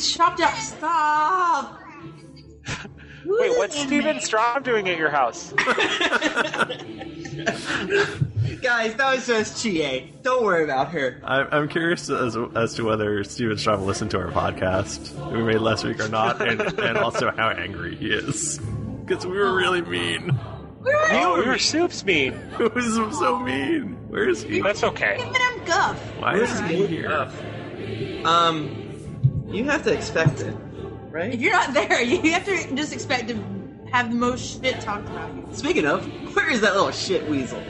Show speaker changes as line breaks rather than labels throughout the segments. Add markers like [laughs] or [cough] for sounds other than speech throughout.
Chop chop, stop!
[laughs] Wait, what's Steven Strom doing at your house?
Guys, that was just Chie. Don't worry about her.
I'm, I'm curious as, as to whether Steven Strom listened to our podcast that we made last week or not, and, and also how angry he is. Because we were really mean.
oh, we were
[laughs]
soups mean.
It was so mean. Where is he?
That's okay.
Giving him guff.
Why is he here?
Um, you have to expect it,
If
right?
you're not there, you have to just expect to have the most shit talked about you.
Speaking of, where is that little shit weasel?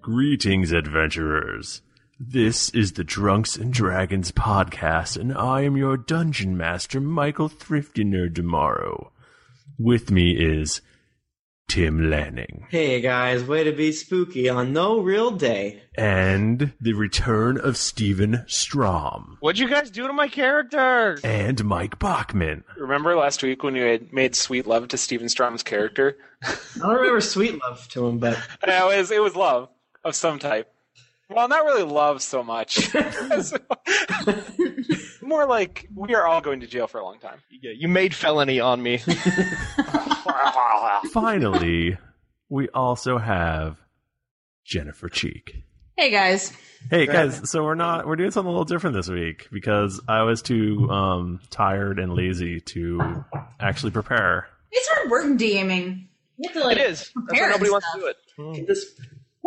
Greetings, adventurers. This is the Drunks and Dragons podcast, and I am your dungeon master, Michael Thrifty tomorrow. With me is Tim Lanning
Hey guys, way to be spooky on no real day.
and the return of Stephen Strom
What'd you guys do to my character?
and Mike Bachman.
Remember last week when you had made sweet love to Steven Strom's character?
I don't remember sweet love to him, but
It was it was love of some type. Well, not really love so much. [laughs] More like we are all going to jail for a long time.
Yeah, you made felony on me.
[laughs]
Finally, we also have Jennifer Cheek.
Hey guys.
Hey guys, so we're not we're doing something a little different this week because I was too um tired and lazy to actually prepare.
It's hard work DMing. You have to like
it is. That's why
prepare
nobody
and
wants to
stuff.
do it.
this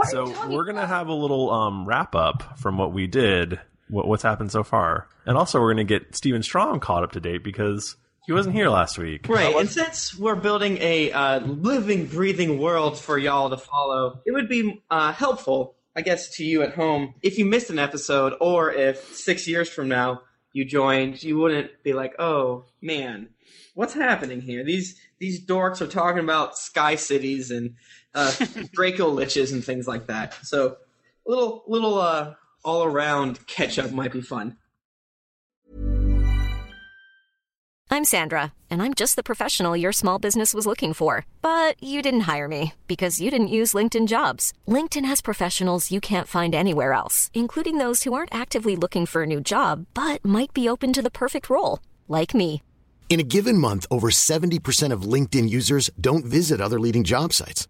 so we're gonna have a little um wrap up from what we did, what, what's happened so far, and also we're gonna get Steven Strom caught up to date because he wasn't here last week.
Right, and since we're building a uh, living, breathing world for y'all to follow, it would be uh, helpful, I guess, to you at home if you missed an episode, or if six years from now you joined, you wouldn't be like, "Oh man, what's happening here? These these dorks are talking about sky cities and uh, Draco liches and things like that." So, a little little uh, all around catch up might be fun.
I'm Sandra, and I'm just the professional your small business was looking for. But you didn't hire me because you didn't use LinkedIn jobs. LinkedIn has professionals you can't find anywhere else, including those who aren't actively looking for a new job but might be open to the perfect role, like me.
In a given month, over 70% of LinkedIn users don't visit other leading job sites.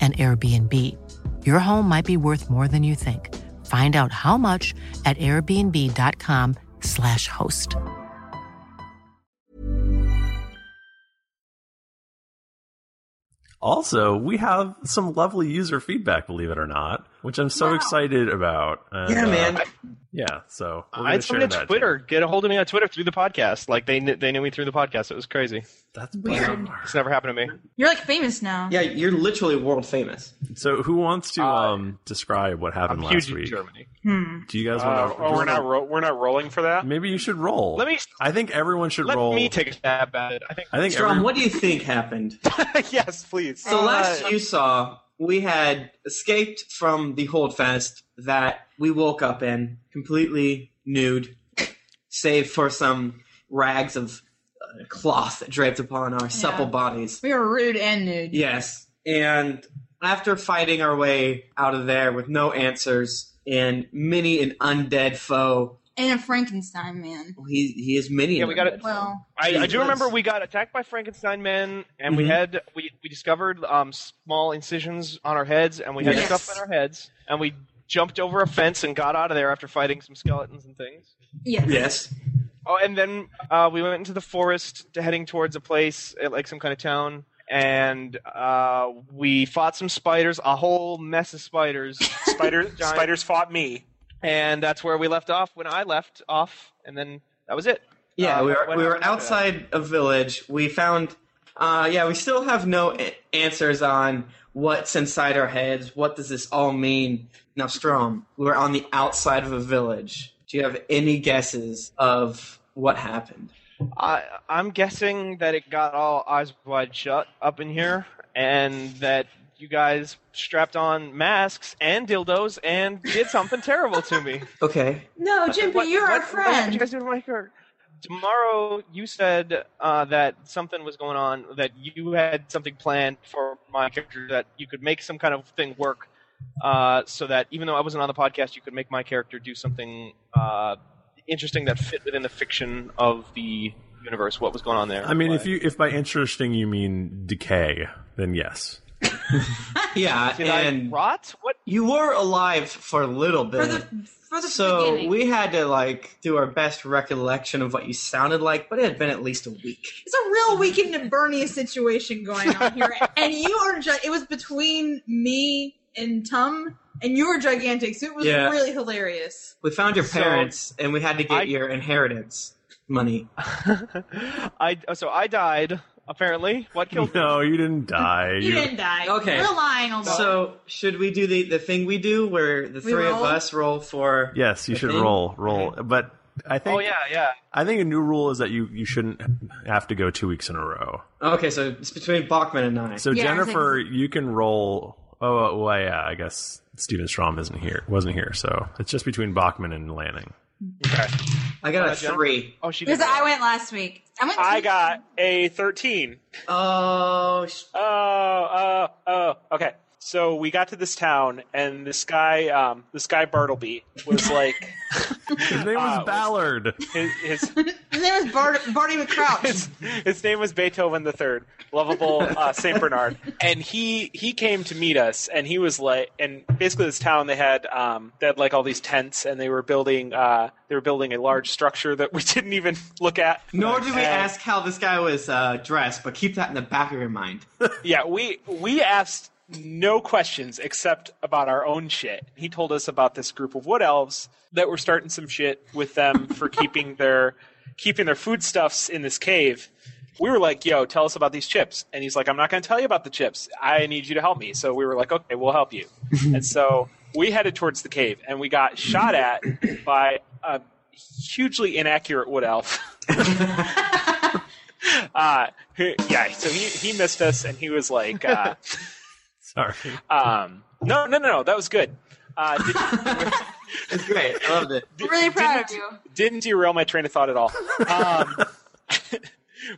an Airbnb. Your home might be worth more than you think. Find out how much at airbnb.com/slash host.
Also, we have some lovely user feedback, believe it or not, which I'm so excited about. And, uh,
Yeah, man.
Yeah, so we're
I
gonna
told
share
me
that.
to Twitter. Get a hold of me on Twitter through the podcast. Like they kn- they knew me through the podcast. It was crazy.
That's
Weird.
It's never happened to me.
You're like famous now.
Yeah, you're literally world famous.
So, who wants to um, describe what happened
Uh, I'm
last
huge in
week?
Germany.
Hmm.
Do you guys
Uh,
want to?
oh, we're not ro- we're not rolling for that.
Maybe you should roll.
Let me-
I think everyone should
let
roll.
me
take a stab at it. I think.
I think
Strom,
every-
what do you think
[laughs]
happened?
yes, please.
So
Uh,
last you saw, we had escaped from the holdfest that we woke up in, completely nude, save for some rags of uh, cloth that draped upon our supple bodies.
We were rude and nude.
Yes. And after fighting our way out of there with no answers and many an undead foe,
And a Frankenstein man.
he he is many.
Yeah, we got it.
Well,
I, I do
Jesus.
remember we got attacked by Frankenstein men, and we
Mhm.
had we, we discovered um, small incisions on our heads, and we had
Yes.
stuff on our heads, and we jumped over a fence and got out of there after fighting some skeletons and things.
Yes.
Yes.
Oh, and then uh, we went into the forest, to heading towards a place uh, like some kind of town, and uh, we fought some spiders, a whole mess of spiders. Spiders,
spiders fought me,
and that's where we left off when I left off, and then that was it.
Yeah,
Uh,
we
what
were, we were
happened after that?
outside a village. We found, uh, yeah, we still have no a- answers on what's inside our heads. What does this all mean? Now, Strom, we were on the outside of a village. Do you have any guesses of what happened?
I, I'm guessing that it got all eyes wide shut up in here, and that you guys strapped on masks and dildos and did something terrible to me.
Okay.
No, Jimpy, you're our
Uh, what-
friend.
What did you guys do to my car? Tomorrow, you said uh, that something was going on, that you had something planned for my character, that you could make some kind of thing work, uh, so that even though I wasn't on the podcast, you could make my character do something uh, interesting that fit within the fiction of the universe. What was going on there?
I mean, if you if by interesting you mean decay, then yes.
yeah, and
rot. What
you were alive for a little bit.
For the
so
beginning.
we had to like do our best recollection of what you sounded like, but it had been at least a week.
It's a real weekend at Bernie situation going on here. [laughs] and you are ju- it was between me and Tum and you were gigantic, so it was
Yeah.
really hilarious.
We found your
So-
parents, and we had to get your inheritance money.
[laughs] I so I died apparently. What killed me?
No, you didn't die.
[laughs] You didn't die.
Okay.
We're lying almost.
So should we do the, the thing we do where the
We
three of
roll?
us roll for?
Yes, you
the
should
thing?
roll, roll. But I think.
Oh, yeah,
yeah.
I think a new rule is that you you shouldn't have to go two weeks in a row.
Okay, so it's between Bachman and I.
So Jennifer, you can roll. Oh, well, yeah. I guess Steven Strom isn't here. Wasn't here, so it's just between Bachman and Lanning.
I got
Uh,
a
Jennifer-
three.
Oh, she
because I went last week. I went
I got a thirteen.
Oh.
Oh. Oh. Oh. Okay. So we got to this town, and this guy, um, this guy Bartleby, was like,
[laughs]
uh,
his name was Ballard.
His, his
His name is Bart- Barty McCrouch.
his name was Beethoven the Third, lovable uh, Saint Bernard, and he he came to meet us, and he was like, and basically this town they had um they had like all these tents, and they were building uh they were building a large structure that we [laughs] didn't even look at.
Nor did we
And-
ask how this guy was uh, dressed, but keep that in the back of your mind.
yeah, we we asked no questions except about our own shit. He told us about this group of wood elves that were starting some shit with them for keeping their keeping their foodstuffs in this cave. We were like, "Yo, tell us about these chips." And he's like, "I'm not going to tell you about the chips. I need you to help me." So we were like, "Okay, we'll help you." and so we headed towards the cave, and we got shot at by a hugely inaccurate
[laughs]
wood elf. uh, who- yeah, so he, he missed us, and he was like, uh,
[laughs] Sorry.
Um, no, no, no, no. That was good.
[laughs]
Uh, did,
it's great. I loved it.
really proud of you.
Didn't derail my train of thought at all.
[laughs]
Um,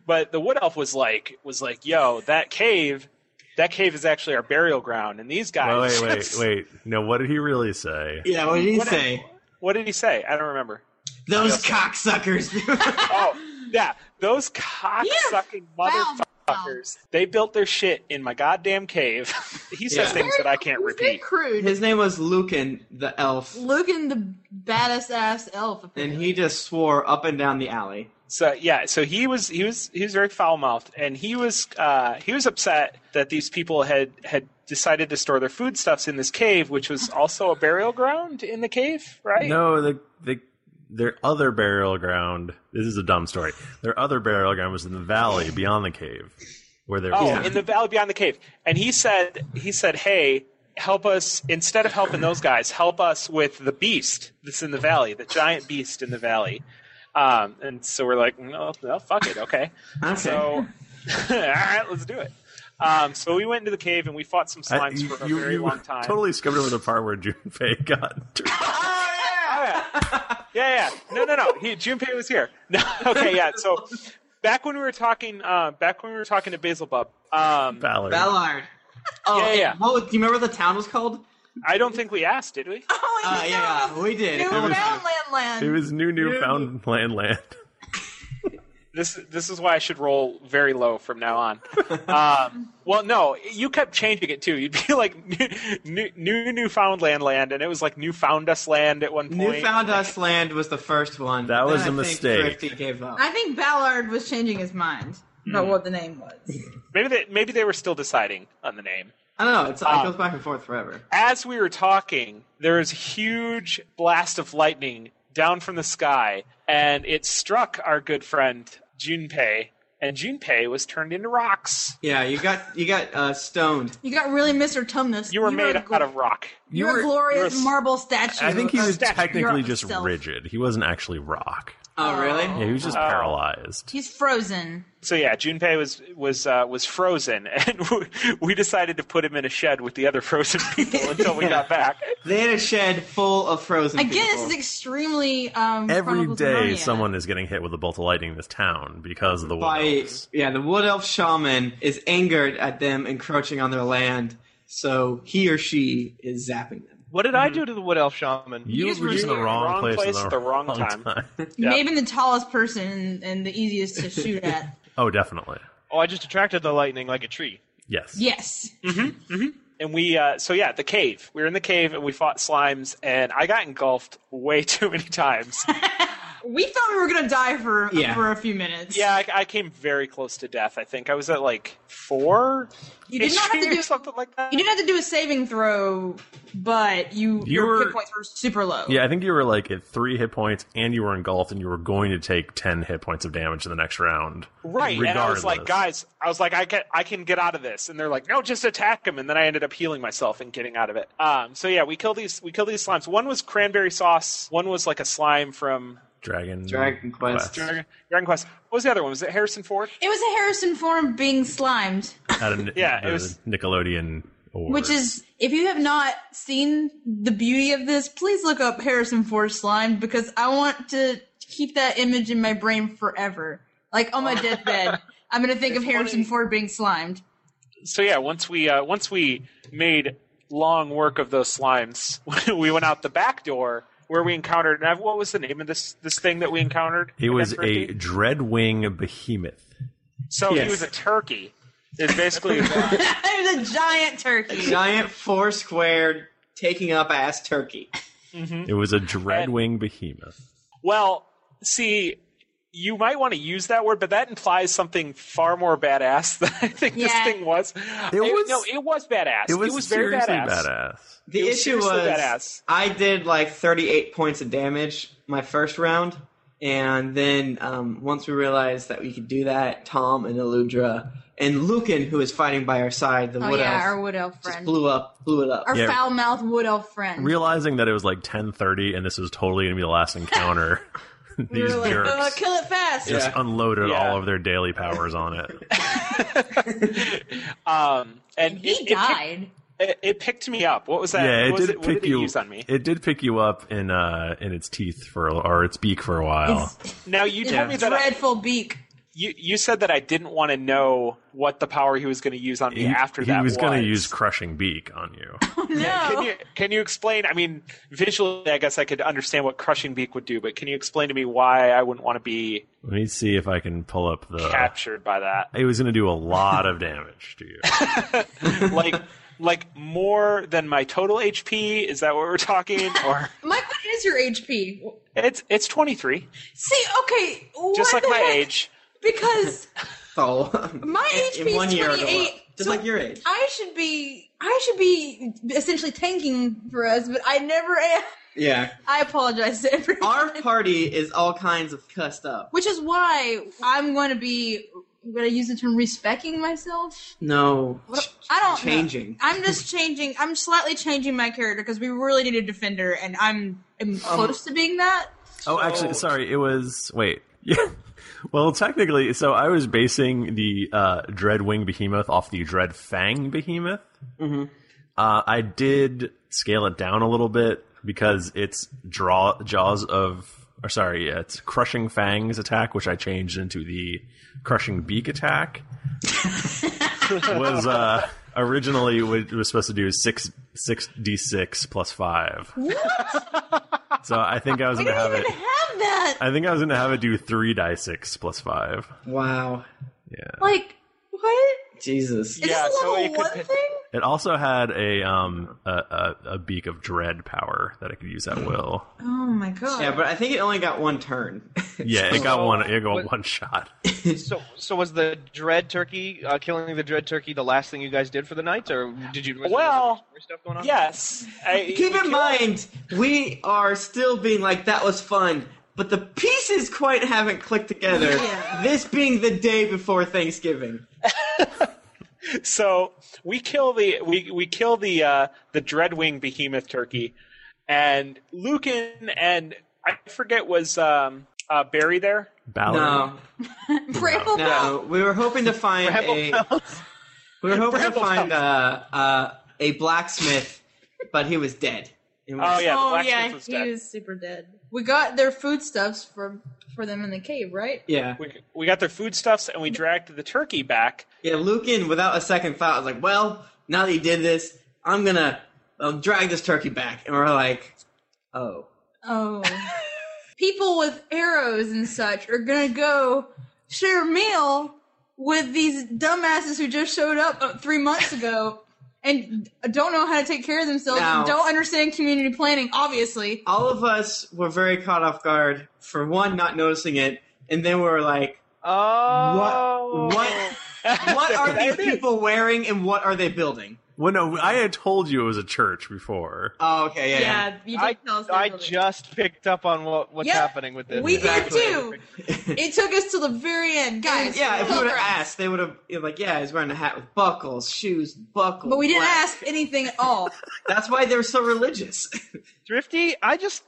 but the wood elf was like, was like, yo, that cave, that cave is actually our burial ground, and these
Well,
guys.
wait, wait,
[laughs]
wait. No, what did he really say?
Yeah, what did he say?
what did he say? I don't remember.
Those cocksuckers.
oh, yeah, those cocksucking motherfuckers. They built their shit in my goddamn cave. [laughs] he says
Yeah.
things that I can't repeat.
Crude.
His name was Lucan the elf,
Logan, the baddest ass elf.
and he just swore up and down the alley.
So yeah, so he was he was he was very foul mouthed, and he was uh, he was upset that these people had had decided to store their foodstuffs in this cave, which was also a burial ground in the cave, right?
No, the the their other burial ground. This is a dumb story. Their other burial ground was in the valley beyond the cave, where there.
Oh,
was
in the valley beyond the cave. And he said, he said, hey, help us instead of helping those guys, help us with the beast that's in the valley, the giant beast in the valley. Um, and so we're like, no, no, fuck it, okay.
Okay.
So, [laughs] all right, let's do it. Um, so we went into the cave and we fought some
I-
slimes
you,
for a
you-
very
you
long time.
Totally skimmed over the part where Junpei got. turned-
yeah, yeah. No, no, no. He, Junpei was here. [laughs] No, okay, yeah. So back when we were talking, uh, back when we were talking to Basil Bub, um,
Ballard.
Ballard. Oh,
Yeah, yeah.
What, was- do you remember what the town was called?
I don't think we asked, did we?
Uh, yeah, we did.
New
It was-
Foundland land.
It was new, new found land, land.
This this is why I should roll very low from
[laughs]
now on. Um, well, no, you kept changing it too. You'd be like [laughs] new, new Newfoundland land, and it was like New Found Us land at one point.
New Found Us Land was the first one.
That was
Then
a
I think
mistake.
Thrifty gave up.
I think Ballard was changing his mind about
Hmm.
what the name was.
Maybe they maybe they were still deciding on the name. Um,
I don't know. It's, it goes back and forth forever.
As we were talking, there was a huge blast of lightning down from the sky, and it struck our good friend Junpei, and Junpei was turned into rocks.
Yeah, you got you got uh, stoned.
You got really Mr. Tumnus.
You were made
a,
out of rock.
You're, a glorious marble statue.
I think he
of
was
yourself.
technically just rigid. He wasn't actually rock.
Oh, really?
Yeah, he was just paralyzed.
He's frozen.
Uh, So yeah, Junpei was was uh, was frozen, [laughs] and we- we decided to put him in a shed with the other frozen people
[laughs]
until we got back.
They had a shed full of frozen.
Again,
people.
this is extremely um,
Every
Chronicles of
day,
Narnia.
someone is getting hit with a bolt of lightning in this town because of the
by
wood.
yeah, the wood elf shaman is angered at them encroaching on their land, so he or she is zapping them.
What did I do to the wood elf shaman?
Mm-hmm. You You just were just in the were in the wrong wrong place at place the at the wrong wrong time.
Maybe the tallest person and the easiest to
[laughs]
shoot at.
Oh, definitely.
Oh, I just attracted the lightning like a tree.
Yes.
yes.
And we uh, so yeah, the cave. We were in the cave and we fought slimes, and I got engulfed way [laughs] too many times.
We thought we were going to die for,
Yeah.
for a few minutes.
yeah, I, I came very close to death. I think I was at like four.
You did not have to do
something like that.
You didn't have to do a saving throw, but you
You
your
were-
hit points were super low.
Yeah, I think you were like at three hit points, and you were engulfed, and you were going to take ten hit points of damage in the next round.
Right, and I was like,
Regardless.
guys, I was like, I can, I can get out of this, and they're like, no, just attack him, and then I ended up healing myself and getting out of it. Um, so yeah, we kill these, we kill these slimes. One was cranberry sauce, one was like a slime from
Dragon.
Dragon Quest.
Dragon, Dragon Quest. What was the other one? Was it Harrison Ford?
It was a Harrison form being slimed,
Had a,
Yeah, it
a
was-
Nickelodeon award.
which is if you have not seen the beauty of this, please look up Harrison Ford slimed because I want to keep that image in my brain forever. Like on my deathbed, I'm gonna think of Harrison Ford being slimed.
So yeah, once we, uh, once we made long work of those slimes, [laughs] we went out the back door where we encountered. And I, what was the name of this this thing that we encountered?
it was a
Thrifty?
dreadwing behemoth.
So
Yes.
he was a turkey. Is basically
[laughs] it was a giant turkey.
[laughs]
[laughs]
Giant four squared taking up ass turkey.
It was a dreadwing behemoth.
Well, see, you might want to use that word, but that implies something far more badass than I think
Yeah.
this thing was. It
was-
no, it was badass.
It was,
very
seriously
badass.
badass.
The
It was
issue was
seriously badass.
I did like 38 points of damage my first round, and then um, once we realized that we could do that, Tom and Eludra and Lucan, who is fighting by our side, the
Oh
wood
yeah,
elf,
our wood elf
just
friend,
blew up, blew it up.
our
Yeah.
foul mouthed wood elf friend.
Realizing that it was like ten thirty, and this was totally gonna be the last encounter.
We [laughs] were
These
like,
jerks
"Uh, kill it fast.
just unloaded
Yeah.
all of their
[laughs]
daily powers on it.
Um, and
He
it- it picked-
died.
It, it picked me up. What was that?
yeah, it
what was
did
it,
pick
what did it
you.
use on me?
It did pick you up in uh in its teeth for or its beak for a while.
Now you
It's
told me that I,
dreadful beak.
you you said that I didn't want to know what the power he was going to use on me
he,
after
he
that.
was going to use crushing beak on you.
Oh,
Can you can you explain? I mean, visually, I guess I could understand what crushing beak would do, but can you explain to me why I wouldn't want to be
Let me see if I can pull up the.
captured by that?
It was going to do a lot of damage to you.
like like more than my total HP? Is that what
[laughs]
we're talking? Or
Mike, what is your HP?
it's it's twenty three,
See, okay,
just like
what the
my
heck?
age.
Because
[laughs]
So
my
in-
HP
in one
is
year, it'll go up,
28,
just
so
like your age.
I should be, I should be essentially tanking for us, but I never am.
Yeah.
I apologize [laughs] to everyone.
Our party is all kinds of cussed up.
Which is why I'm going to be. I'm going to use the term respecking myself.
No.
What- I don't know.
Changing.
I'm just changing. I'm slightly changing my character because we really need a defender, and I'm, I'm
Um,
close to being that.
Oh, actually, sorry. It was wait. [laughs] Yeah. Well, technically, so I was basing the uh, Dread Wing Behemoth off the Dread Fang Behemoth.
Mhm.
Uh, I did scale it down a little bit because its draw jaws of, or sorry, yeah, its crushing fangs attack, which I changed into the crushing beak attack, was uh, originally what it was supposed to do six six d six plus five. So I think I was gonna have it.
Have that.
I think I was gonna have it do three die six plus five.
Wow.
Like, what?
Jesus.
Is this a level one thing?
It also had a um a, a, a beak of dread power that I could use at
[laughs]
will.
Oh my god.
Yeah, but I think it only got one turn. [laughs]
Yeah, [laughs] it got one. It got one shot.
so, so was the dread turkey uh, killing the dread turkey the last thing you guys did for the night, or did you? was there
Well,
more stuff going on.
yes. I,
Keep in mind, we are still being like, that was fun, but the pieces quite haven't clicked together.
Yeah.
This being the day before Thanksgiving.
[laughs] so we kill the we we kill the uh, the dreadwing behemoth turkey, and Lucan and I forget was um, uh, Barry there.
Ballard.
No,
[laughs]
Bramble Belt.
no, we were hoping to find a. We were hoping to find uh, uh, a blacksmith, but he was dead. It was-
Oh yeah, the
Oh
blacksmith
yeah,
was
he
dead.
was super dead. We got their foodstuffs for for them in the cave, right?
yeah.
We, we got their foodstuffs and we dragged the turkey back.
Yeah, Lucan, without a second thought, was like, well, now that he did this, I'm going to um, drag this turkey back. And we're like, oh.
Oh. [laughs] People with arrows and such are gonna go share a meal with these dumbasses who just showed up uh, three months ago and don't know how to take care of themselves and
No.
don't understand community planning, obviously.
All of us were very caught off guard for one, not noticing it, and then we were like,
Oh,
what,
[laughs]
[laughs]
what, what are these people wearing and what are they building?
Well, no, I had told you it was a church before.
Oh, okay, yeah. yeah.
you
I, I just picked up on what, what's
Yeah,
happening with this.
we
Exactly.
did
[laughs]
too. it took us to the very end, guys.
Yeah, if we
look
would
[laughs]
have
around.
asked, they would have like, "Yeah, he's wearing a hat with buckles, shoes, buckles."
but we didn't
black.
ask anything at all.
[laughs] That's why they're so religious. [laughs]
Thrifty, I just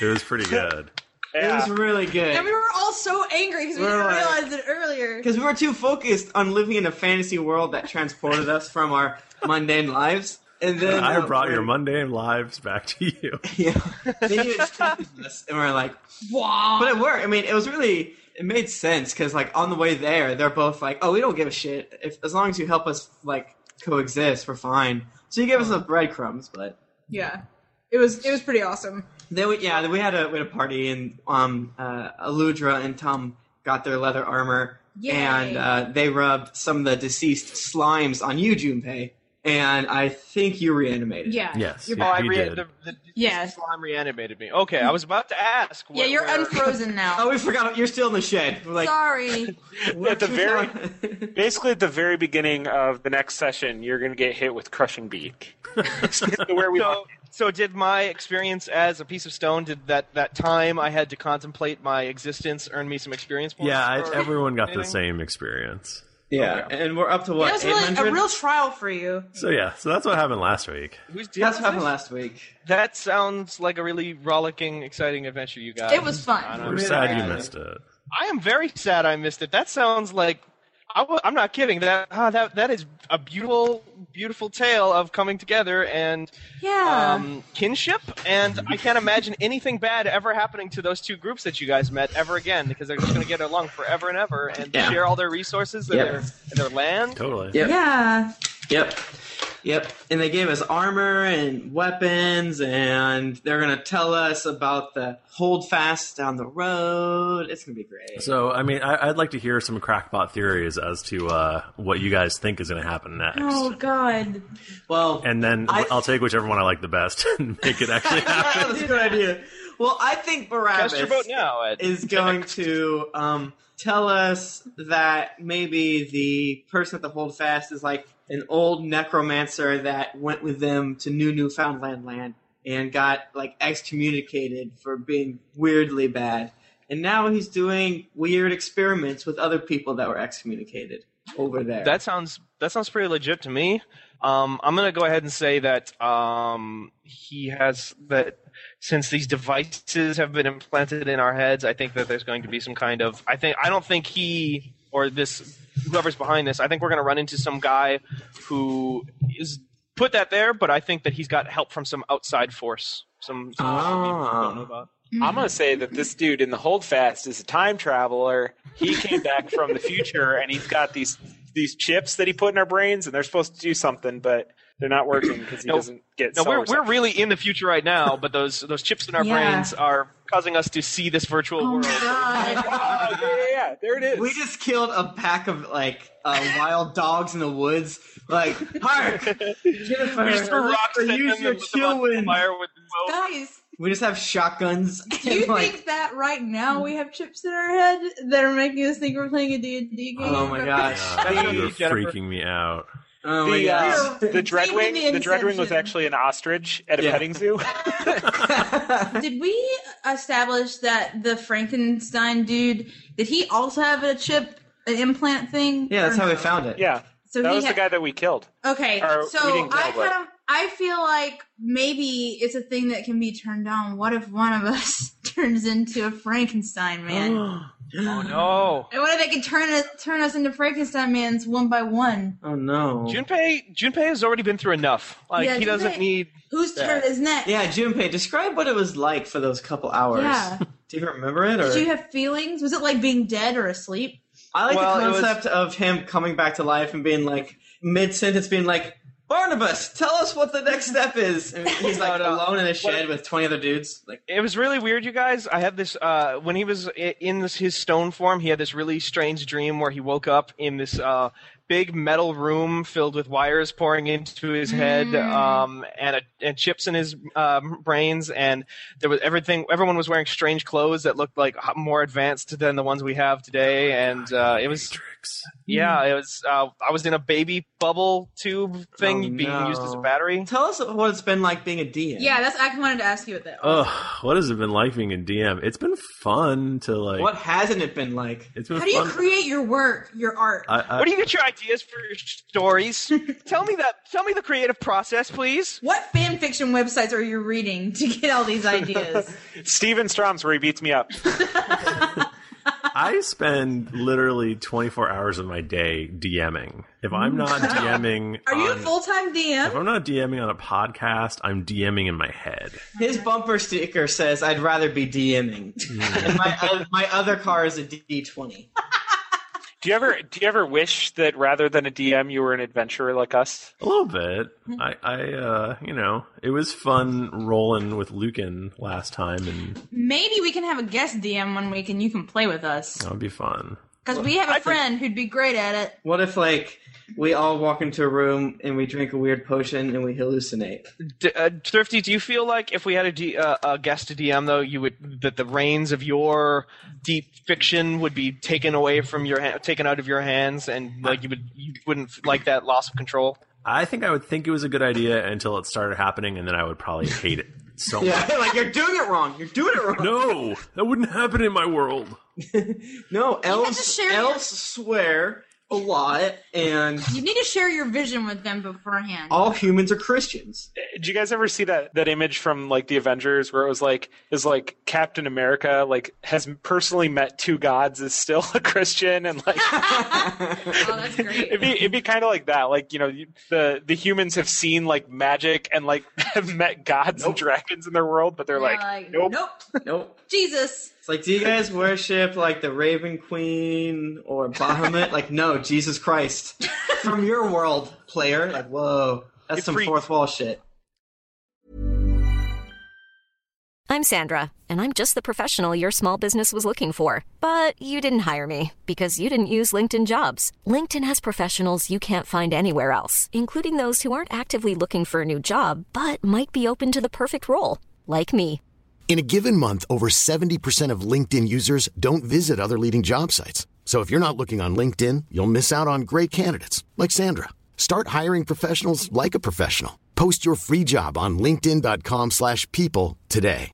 It was pretty good.
Yeah.
It was really good.
And we were all so angry because we
We're
didn't
like-
realize it earlier.
Because we were too focused on living in a fantasy world that transported us from our mundane lives, and then
I
uh,
brought your
we're-
Monday lives back to you.
[laughs] Yeah, then you excluded us, and we're like,
Wow.
but it worked. I mean, it was really it made sense because like on the way there, they're both like, "Oh, we don't give a shit. If as long as you help us like coexist, we're fine." So you gave us the breadcrumbs, but
yeah. It was it was pretty awesome.
They would, yeah, we had a we had a party and um uh Aludra and Tom got their leather armor
Yay.
and uh, they rubbed some of the deceased slimes on you, Junpei, and I think you reanimated.
Yeah.
Yes,
You're,
yeah,
oh, I
he
re-
did.
the, the,
Yeah.
the slime reanimated me. Okay, I was about to ask.
yeah,
where-
you're
where-
[laughs]
unfrozen
Oh,
now.
we forgot you're still in the shed. We're like
Sorry.
we're
At the
too [laughs]
very-
far.
Basically, at the very beginning of the next session, you're going to get hit with crushing beak. It's basically where we
So, so did my experience as a piece of stone? Did that that time I had to contemplate my existence earn me some experience points?
Yeah, I,
or
everyone got the
anything?
same experience.
yeah, and we're up to what
That was really a
800?
real trial for you.
So yeah, so that's what happened last week.
Who's dealing
That's
with
what happened
this?
last week.
That sounds like a really rollicking, exciting adventure you guys.
It was fun.
I don't
We're
know.
sad you missed it.
I am very sad I missed it. That sounds like I w- I'm not kidding. That ah, that that is a beautiful, beautiful tale of coming together and
Yeah.
um, kinship. And I can't imagine anything bad ever happening to those two groups that you guys met ever again because they're just going to get along forever and ever and
Yeah.
share all their resources and
Yep.
their and their land.
Totally.
Yep.
Yeah.
Yep. Yep. And they gave us armor and weapons, and they're going to tell us about the holdfast down the road. It's going to be great.
So, I mean, I, I'd like to hear some crackpot theories as to uh, what you guys think is going to happen next.
Oh God.
Well,
And then I, will take whichever one I like the best [laughs] and make it actually
[laughs]
happen. [laughs]
That's a good idea. Well, I think
Cast your
Barabbas
vote now. Ed.
is going to um, tell us that maybe the person at the holdfast is like an old necromancer that went with them to New Newfoundland land and got like excommunicated for being weirdly bad. And now he's doing weird experiments with other people that were excommunicated over there.
That sounds that sounds pretty legit to me. Um, I'm gonna go ahead and say that um, he has that since these devices have been implanted in our heads. I think that there's going to be some kind of. I think I don't think he or this whoever's behind this. I think we're gonna run into some guy who is put that there, but I think that he's got help from some outside force. Some, some we
Ah.
don't know about.
Mm-hmm.
I'm going to say that this dude in the holdfast is a time traveler. He came back from the future and he's got these these chips that he put in our brains and they're supposed to do something, but they're not working because he
No.
doesn't get.
No,
cell
we're, we're
reception.
really in the future right now, but those those chips in our
Yeah.
brains are causing us to see this virtual world.
Oh, yeah, yeah, yeah, there it is.
We just killed a pack of like uh, wild [laughs] dogs in the woods. Like,
[laughs]
hark, Jennifer,
We just threw rocks
Alexa,
at
use
them
your
and lit them on
chill wind.
fire with both.
[laughs]
Guys,
We just have
[laughs]
shotguns.
do you
and, like,
think that right now we have chips in our head that are making us think we're playing a D&D game?
oh my gosh,
[laughs]
Uh,
That's
you're
me, Jennifer.
freaking me out.
oh my
the,
gosh.
uh, [laughs] the dreadwing,
Even the
the dreadwing was
Inception.
actually an ostrich at a
Yeah.
petting zoo.
Uh-huh.
[laughs] Did we establish that the Frankenstein dude did he also have a chip, an implant thing?
Yeah, that's
Or
how
no?
we found it.
yeah,
So
that
he
was
had-
the guy that we killed.
Okay,
Or
so
we didn't kill,
I
but-
kind of I feel like maybe it's a thing that can be turned on. What if one of us [laughs] turns into a
[gasps]
Frankenstein man? [gasps]
Oh no.
and what if they could turn it, turn us into Frankenstein mans one by one?
Oh no.
Junpei Junpei has already been through enough. Like
Yeah,
he doesn't
Junpei-
need
Whose turn is next?
yeah, Junpei, describe what it was like for those couple hours.
Yeah.
[laughs] Do you remember it? Or
Did you have feelings? Was it like being dead or asleep?
I like
Well,
the
it was-
concept of him coming back to life and being like mid sentence, being like, "Barnabas, tell us what the next step is."
[laughs]
And he's like
No, no.
alone in a shed with twenty other dudes. Like,
it was really weird, you guys. I had this uh, when he was i- in this, his stone form. He had this really strange dream where he woke up in this uh, big metal room filled with wires pouring into his head,
Mm.
um, and a, and chips in his um, brains, and there was everything. Everyone was wearing strange clothes that looked like h- more advanced than the ones we have
Oh
today, and uh, it was
Matrix.
yeah, it was. Uh, I was in a baby bubble tube thing
Oh,
being used as a
no.
battery.
tell us what it's been like being a DM.
Yeah, that's I wanted to ask you about that.
Oh, what has it been like being in DM? It's been fun to like.
What [laughs] hasn't it been like?
It's been
How do you
fun.
create your work, your art?
I, I,
Where do you get your ideas for your
[laughs]
stories? tell me that. Tell me the creative process, please.
what fan fiction websites are you reading to get all these
[laughs]
ideas?
Steven Strom's where he beats me up.
I spend literally 24 hours of my day DMing. If I'm
[laughs]
not DMing,
Are you a
on-
full time
If
DM?
I'm not DMing on a podcast, I'm DMing in my head.
His bumper sticker says, "I'd rather be DMing." and [laughs] my, uh, my other car is a D twenty.
Do you ever do you ever wish that rather than a DM you were an adventurer like us?
A little bit. I, I, uh, you know, it was fun rolling with Lucan last time, and
Maybe we can have a guest DM one week and you can play with us.
that would be fun.
Because we have a friend who'd be great at it.
What if like we all walk into a room and we drink a weird potion and we hallucinate?
D- uh, Thrifty, do you feel like if we had a, D- uh, a guest to DM though, you would that the reins of your deep fiction would be taken away from your ha- taken out of your hands, and like you would you wouldn't like that loss of control?
I think I would think it was a good idea until it started happening, and then I would probably hate it so much.
[laughs] Yeah, like you're doing it wrong. You're doing it wrong.
No,
[laughs]
that wouldn't happen in my world.
No, elves
share your-
elves swear a lot, and
You need to share your vision with them beforehand.
all humans are Christians.
Did Uh, you guys ever see that that image from like the Avengers where it was like is like Captain America like has personally met two gods is still [laughs] a Christian and like it'd be it'd be kind of like that like you know you- the the humans have seen like magic and like [laughs] have met gods and dragons in their world but they're like, nope
nope, nope.
Jesus.
It's like, do you guys worship like the Raven Queen or Bahamut? like, no, Jesus
[laughs]
Christ from your world, player. Like, whoa, that's some fourth wall shit.
I'm Sandra, and I'm just the professional your small business was looking for. But you didn't hire me because you didn't use LinkedIn jobs. LinkedIn has professionals you can't find anywhere else, including those who aren't actively looking for a new job but might be open to the perfect role, like me.
In a given month, over 70% of LinkedIn users don't visit other leading job sites. So if you're not looking on LinkedIn, you'll miss out on great candidates like Sandra. Start hiring professionals like a professional. Post your free job on linkedin.com/people slash people today.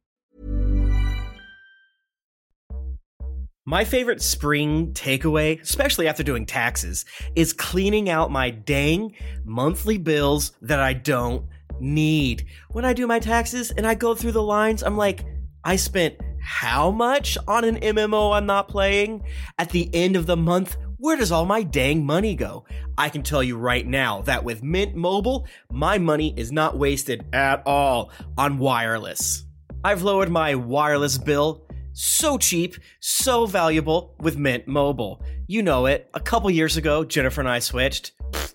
My favorite spring takeaway, especially after doing taxes, is cleaning out my dang monthly bills that I don't need. When I do my taxes and I go through the lines, I'm like, I spent how much on an MMO I'm not playing? At the end of the month, where does all my dang money go? I can tell you right now that with Mint Mobile, my money is not wasted at all on wireless. I've lowered my wireless bill so cheap, so valuable with Mint Mobile. You know it. A couple years ago, Jennifer and I switched. Pfft,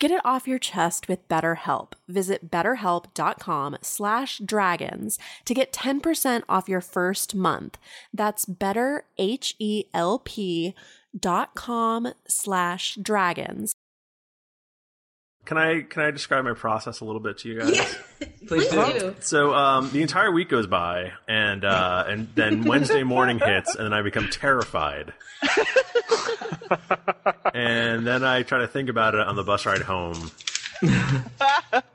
Get it off your chest with BetterHelp. Visit betterhelp.com slash dragons to get 10% off your first month. That's E betterhelp.com slash dragons.
Can I can I describe my process a little bit to you guys?
[laughs] Please do.
So um, the entire week goes by, and uh, and then Wednesday morning hits, and then I become terrified. and then I try to think about it on the bus ride home.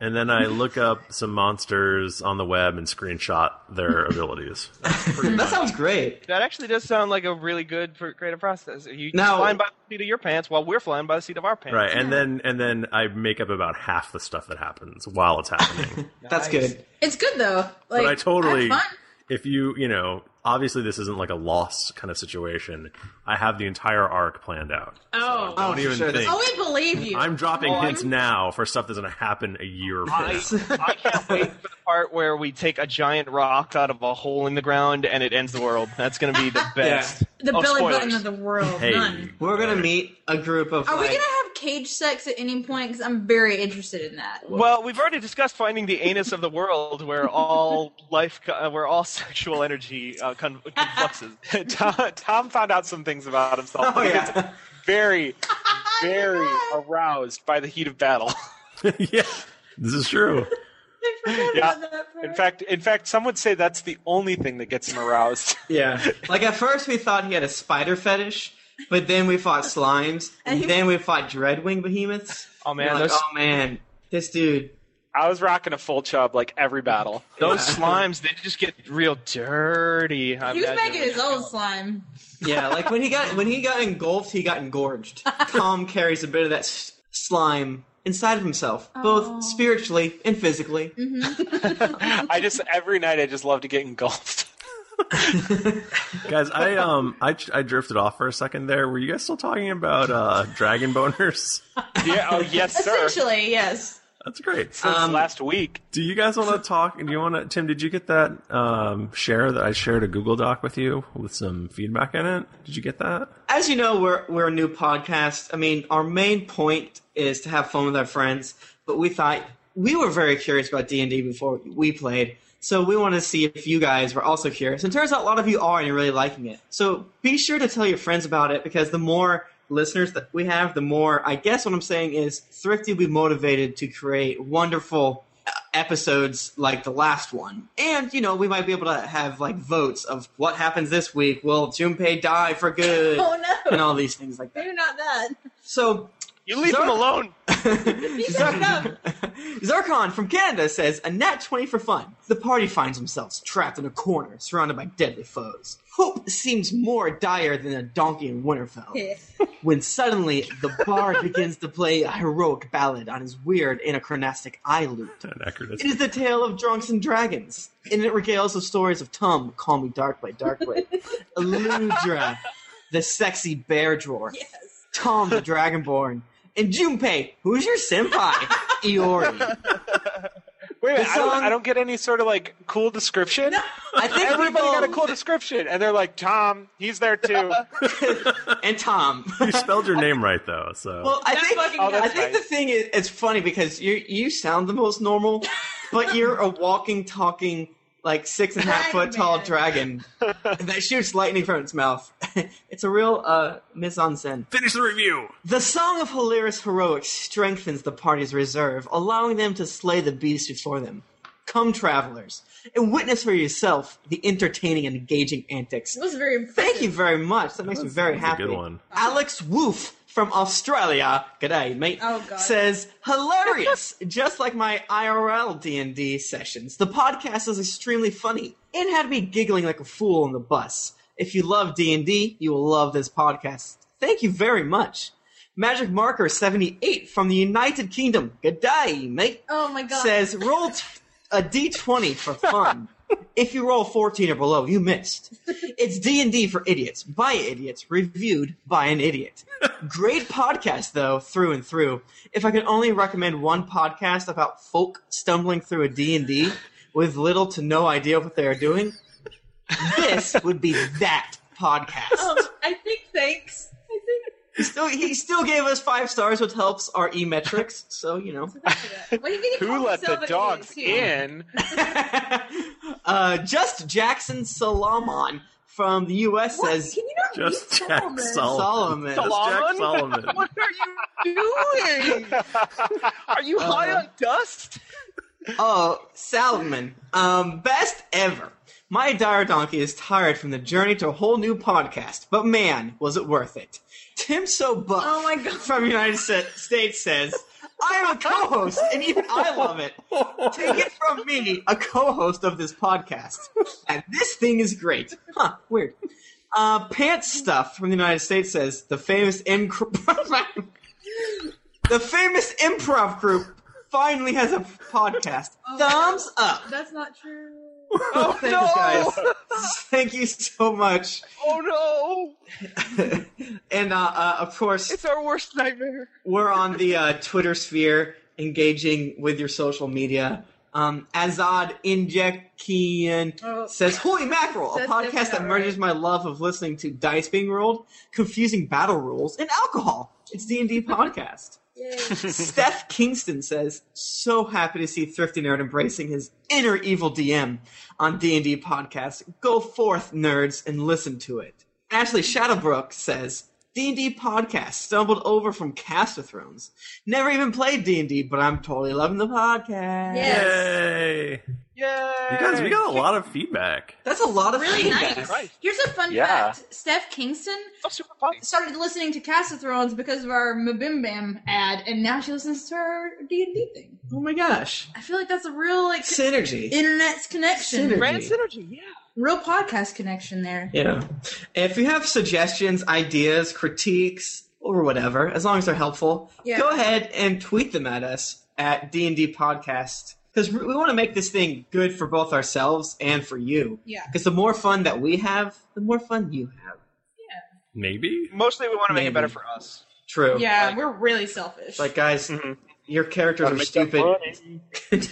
and then I look up some monsters on the web and screenshot their abilities.
that sounds great.
That actually does sound like a really good pr- creative process. You
Now-
flying by the seat of your pants while we're flying by the seat of our pants.
Right, and then and then I make up about half the stuff that happens while it's happening.
[laughs] That's good.
It's good though. Like
but I totally,
have fun.
if you, you know, obviously this isn't like a lost kind of situation. I have the entire arc planned out.
Oh,
don't even think.
Oh, we believe you.
I'm dropping
Come on.
hints now for stuff that's going to happen a year from
I,
now.
I can't wait for the part where we take a giant rock out of a hole in the ground and it ends the world. That's going
[laughs]
to be the best.
The
Oh,
belly
spoilers.
button of the world. None.
We're gonna meet a group of.
Are we
like-
gonna have cage sex at any point? Because I'm very interested in that.
Well, we've already discussed finding the anus of the world, where all life, co- uh, where all [laughs] sexual energy uh, con-
[laughs]
confluxes. [laughs]
Tom, [laughs] Tom found out some things about himself. but he gets very, very aroused by the heat of battle.
[laughs] This is true.
yeah. In fact, in fact, some would say that's the only thing that gets him aroused. [laughs]
Yeah. Like at first we thought he had a spider fetish, but then we fought
[laughs]
slimes, and then we fought dreadwing behemoths.
Oh, man,
We're like,
those-
oh man, this dude.
I was rocking a full chub like every battle.
Those slimes, they just get real dirty.
he was making his own slime.
Yeah, like when he got when he got engulfed, he got
[laughs]
engorged. Tom carries a bit of that s- slime inside of himself,
Oh.
both spiritually and physically.
Mm-hmm.
I just every night I just love to get engulfed.
guys, I um, I I drifted off for a second there. Were you guys still talking about uh, dragon boners?
[laughs] Yeah. Oh yes, sir.
Essentially, yes.
That's great.
Since
Um,
last week.
Do you guys want to talk? Do you want to, Tim? Did you get that um, share that I shared a Google Doc with you with some feedback in it? Did you get that?
As you know, we're we're a new podcast. I mean, our main point is to have fun with our friends, but we thought we were very curious about D and D before we played, so we wanted to see if you guys were also curious. And turns out a lot of you are, and you're really liking it. So be sure to tell your friends about it because the more listeners that we have, the more I guess what I'm saying is Thrifty will be motivated to create wonderful uh, episodes like the last one. And, you know, we might be able to have like votes of what happens this week. Will Junpei die for good?
Oh, no.
And all these things like that.
Maybe not that.
So
you leave him alone.
Zarkon from Canada says a nat 20 for fun. The party finds themselves trapped in a corner surrounded by deadly foes. Hope seems more dire than a donkey in
Oh.
Winterfell when suddenly the bard begins to play a heroic ballad on his weird anachronistic eye lute. It is the tale of drunks and dragons, and it regales the stories of Tum, Call Me Darkblade, Darkblade, Eludra, the sexy bear drawer, Tom the Dragonborn, and Junpei, who's your senpai, Iori.
Wait, a minute,
The
I, don't,
song-
I don't get any sort of like cool description.
I think
everybody
people-
got a cool description, and they're like, "Tom, he's there too."
[laughs] and
[laughs]
Tom.
You spelled your name right though, so
Well, I [laughs]
[laughs]
think,
Oh,
I
that's
think the thing is, it's funny because you you sound the most normal, but you're a walking, talking, like six and a half foot tall
[laughs]
dragon that shoots lightning from its mouth. [laughs] it's a real uh, mise en scène.
finish the review.
The Song of Hilarious Heroics strengthens the party's reserve, allowing them to slay the beast before them. Come, travelers, and witness for yourself the entertaining and engaging antics.
It was very
Thank you very much. That, makes me very
that's a
happy.
good one.
Alex Woof from Australia, g'day mate,
Oh, God.
says hilarious. Just like my IRL D and D sessions, the podcast is extremely funny and had me giggling like a fool on the bus. If you love D and D, you will love this podcast. Thank you very much. Magic Marker 78 from the United Kingdom. G'day, mate.
Oh my God.
Says roll t- a d20 for fun. if you roll 14 or below, you missed. It's D&D for idiots, by idiots, reviewed by an idiot. Great podcast, though, through and through. If I could only recommend one podcast about folk stumbling through a D&D with little to no idea what they are doing, this would be that podcast.
Oh, I think thanks. I think.
He still, he still gave us five stars, which helps our e metrics. So you know,
What do you mean? he
Who
called
let the
himself an
dogs
idiot,
in?
[laughs] uh, just Jackson Solomon from the U.S.
What?
says
Can you not read Just Jack
Solomon.
Solomon? Solomon.
Just Jack
Solomon?
Solomon.
[laughs]
What
are you doing? Are you high
Uh,
on dust?
[laughs] Oh, Salomon. Um, best ever. My dire donkey is tired from the journey to a whole new podcast, but man, was it worth it. Tim So Buff
Oh
from United Sa- States says, I am a co-host, and even I love it. Take it from me, a co-host of this podcast. And this thing is great. Huh, weird. Uh, Pants Stuff from the United States says, the famous M... [laughs] the famous improv group finally has a podcast.
Oh,
Thumbs up.
That's not true.
Oh, Thanks, guys. Thank you so much.
Oh
And uh, uh, of
no!
course,
It's our worst nightmare.
we're on the uh, Twitter sphere, engaging with your social media. Um, Azad Injekian
Oh.
says, Holy mackerel, a
That's
podcast that merges my love of listening to dice being rolled, confusing battle rules, and alcohol. It's D&D podcast. Steph Kingston says, "So happy to see Thrifty Nerd embracing his inner evil DM on D and D podcast. Go forth, nerds, and listen to it." Ashley Shadowbrook says, "D and D podcast stumbled over from Cast of Thrones. Never even played D and D, but I'm totally loving the podcast.
Yay! You guys, we got a lot of feedback.
That's a lot of
really
feedback.
nice. Here's a fun
Yeah.
fact: Steph Kingston started listening to Cast of Thrones because of our Mabim Bam ad, and now she listens to our D and D thing.
Oh my gosh,
I feel like that's a real like
Synergy.
internet's connection,
Synergy. Brand
synergy, yeah, real podcast connection there.
Yeah. If you have suggestions, ideas, critiques, or whatever, as long as they're helpful,
Yeah.
go ahead and tweet them at us at D and D Podcast because we want to make this thing good for both ourselves and for you.
Yeah.
Because the more fun that we have, the more fun you have.
Maybe.
Mostly, we want to make it
Maybe.
better for us. Mm-hmm.
True.
Yeah, we're really selfish.
Like guys, your characters
Gotta
are
make
stupid.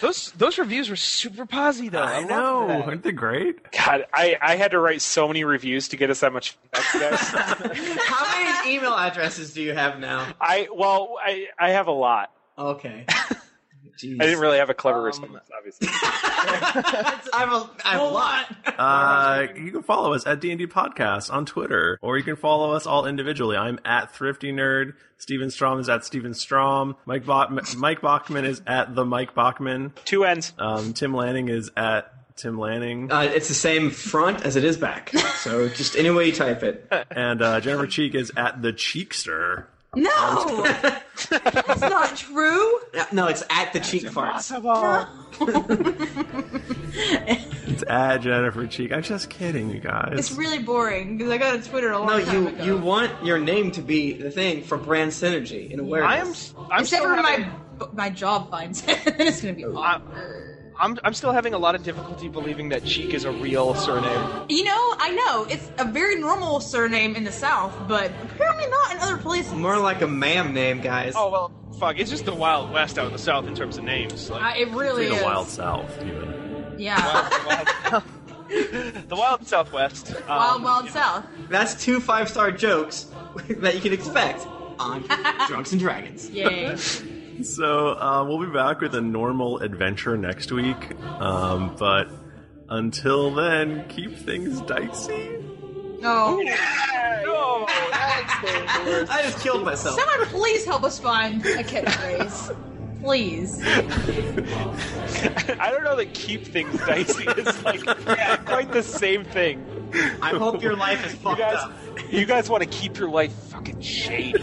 Those those reviews were super posy though. I,
know.
love that.
Aren't they great?
God, I, I had to write so many reviews to get us that much feedback, guys.
[laughs] How many email addresses do you have now?
I well, I I have a lot.
Okay. [laughs]
I didn't really have a
Um,
clever response, obviously. [laughs]
I'm a, I'm a lot.
Uh, you can follow us at D&D Podcast on Twitter, or you can follow us all individually. I'm at Thrifty Nerd. Steven Strom is at Steven Strom. Mike, Bach- Mike Bachman is at the Mike Bachman.
Two ends.
Um, Tim Lanning is at Tim Lanning.
Uh, it's the same front as it is back. So just any way you type it.
and uh, Jennifer Cheek is at the Cheekster.
No, that's not true.
No, it's at the cheek farts.
It's at Jennifer Cheek. I'm just kidding, you
It's
guys.
really boring because I got a Twitter a long
No,
time
you
ago.
you want your name to be the thing for brand synergy and awareness.
I'm still
Except for my my job finds it, [laughs] then it's gonna be awkward.
I'm I'm still having a lot of difficulty believing that Cheek is a real surname.
You know, I know it's a very normal surname in the South, but apparently not in other places.
More like a ma'am name, guys.
Oh well, fuck! It's just the Wild West out in the South in terms of names. Like,
I- Uh, it really
the
is.
Wild South, even.
Yeah,
the Wild Southwest. Um,
wild, wild South.
That's two five star jokes [laughs] that you can expect
[laughs]
on Drunks and Dragons. [laughs]
Yay!
So uh, we'll be back with a normal adventure next week. Um, but until then, keep things dicey.
No.
no,
I just killed myself.
Someone please help us find a catchphrase, please.
I don't know that keep things dicey is like [laughs] yeah, quite the same thing.
I hope your life is fucked
you guys,
up.
You guys want to keep your life fucking shady.
[laughs]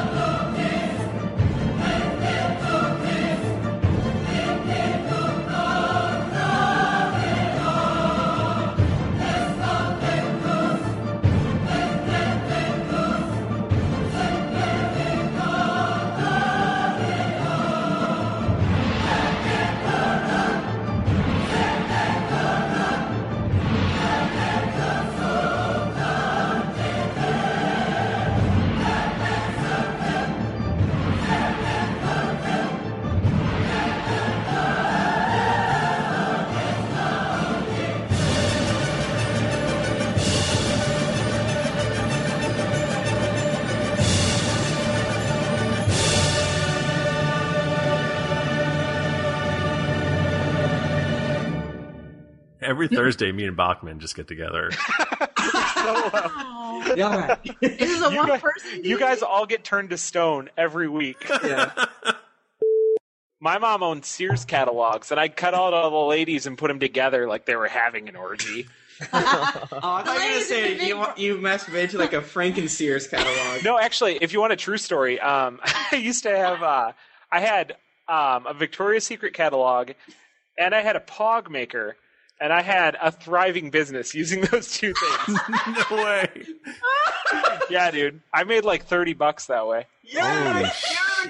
Every Thursday, me and Bachman just get together.
Oh.
This [laughs] is a
you
one
guys, [laughs]
person. [laughs]
You guys all get turned to stone every week. My mom owned Sears catalogs, and I cut out all the ladies and put them together like they were having an orgy.
Oh, I thought you were gonna say you want, you masturbate to like a Franken Sears catalog.
No, actually, if you want a true story, um, [laughs] I used to have uh, I had um, a Victoria's Secret catalog, and I had a Pog maker, and I had a thriving business using [laughs] those two things.
[laughs] no way.
[laughs] yeah, dude, I made like thirty bucks that way.
You're the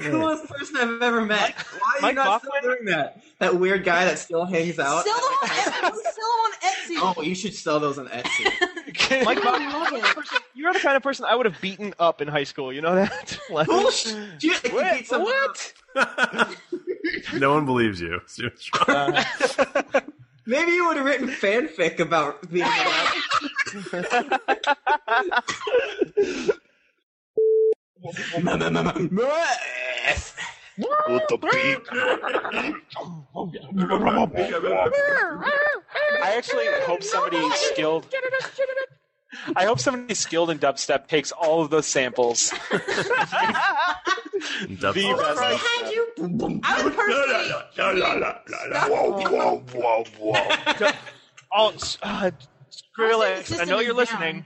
coolest person I've ever met. Why are you
Mike
not still doing that? That weird guy that still hangs out.
Sell them on Etsy. Sell them on Etsy.
oh, you should sell those on Etsy.
Mike,
I
Bob,
love it.
you're the kind of person I would have beaten up in high school. You know that? [laughs] Like-
Bullshit. You beat someone
what?
no one believes you. [laughs] Steven Strom.
Uh,
Maybe you would have written fanfic about being alive.
[laughs]
[laughs]
What the I actually hope somebody skilled. I hope somebody skilled in dubstep takes all of those samples. [laughs]
Dubstep.
The best dubstep.
I would personally.
Oh, s- uh, Skrillex, I know you're listening.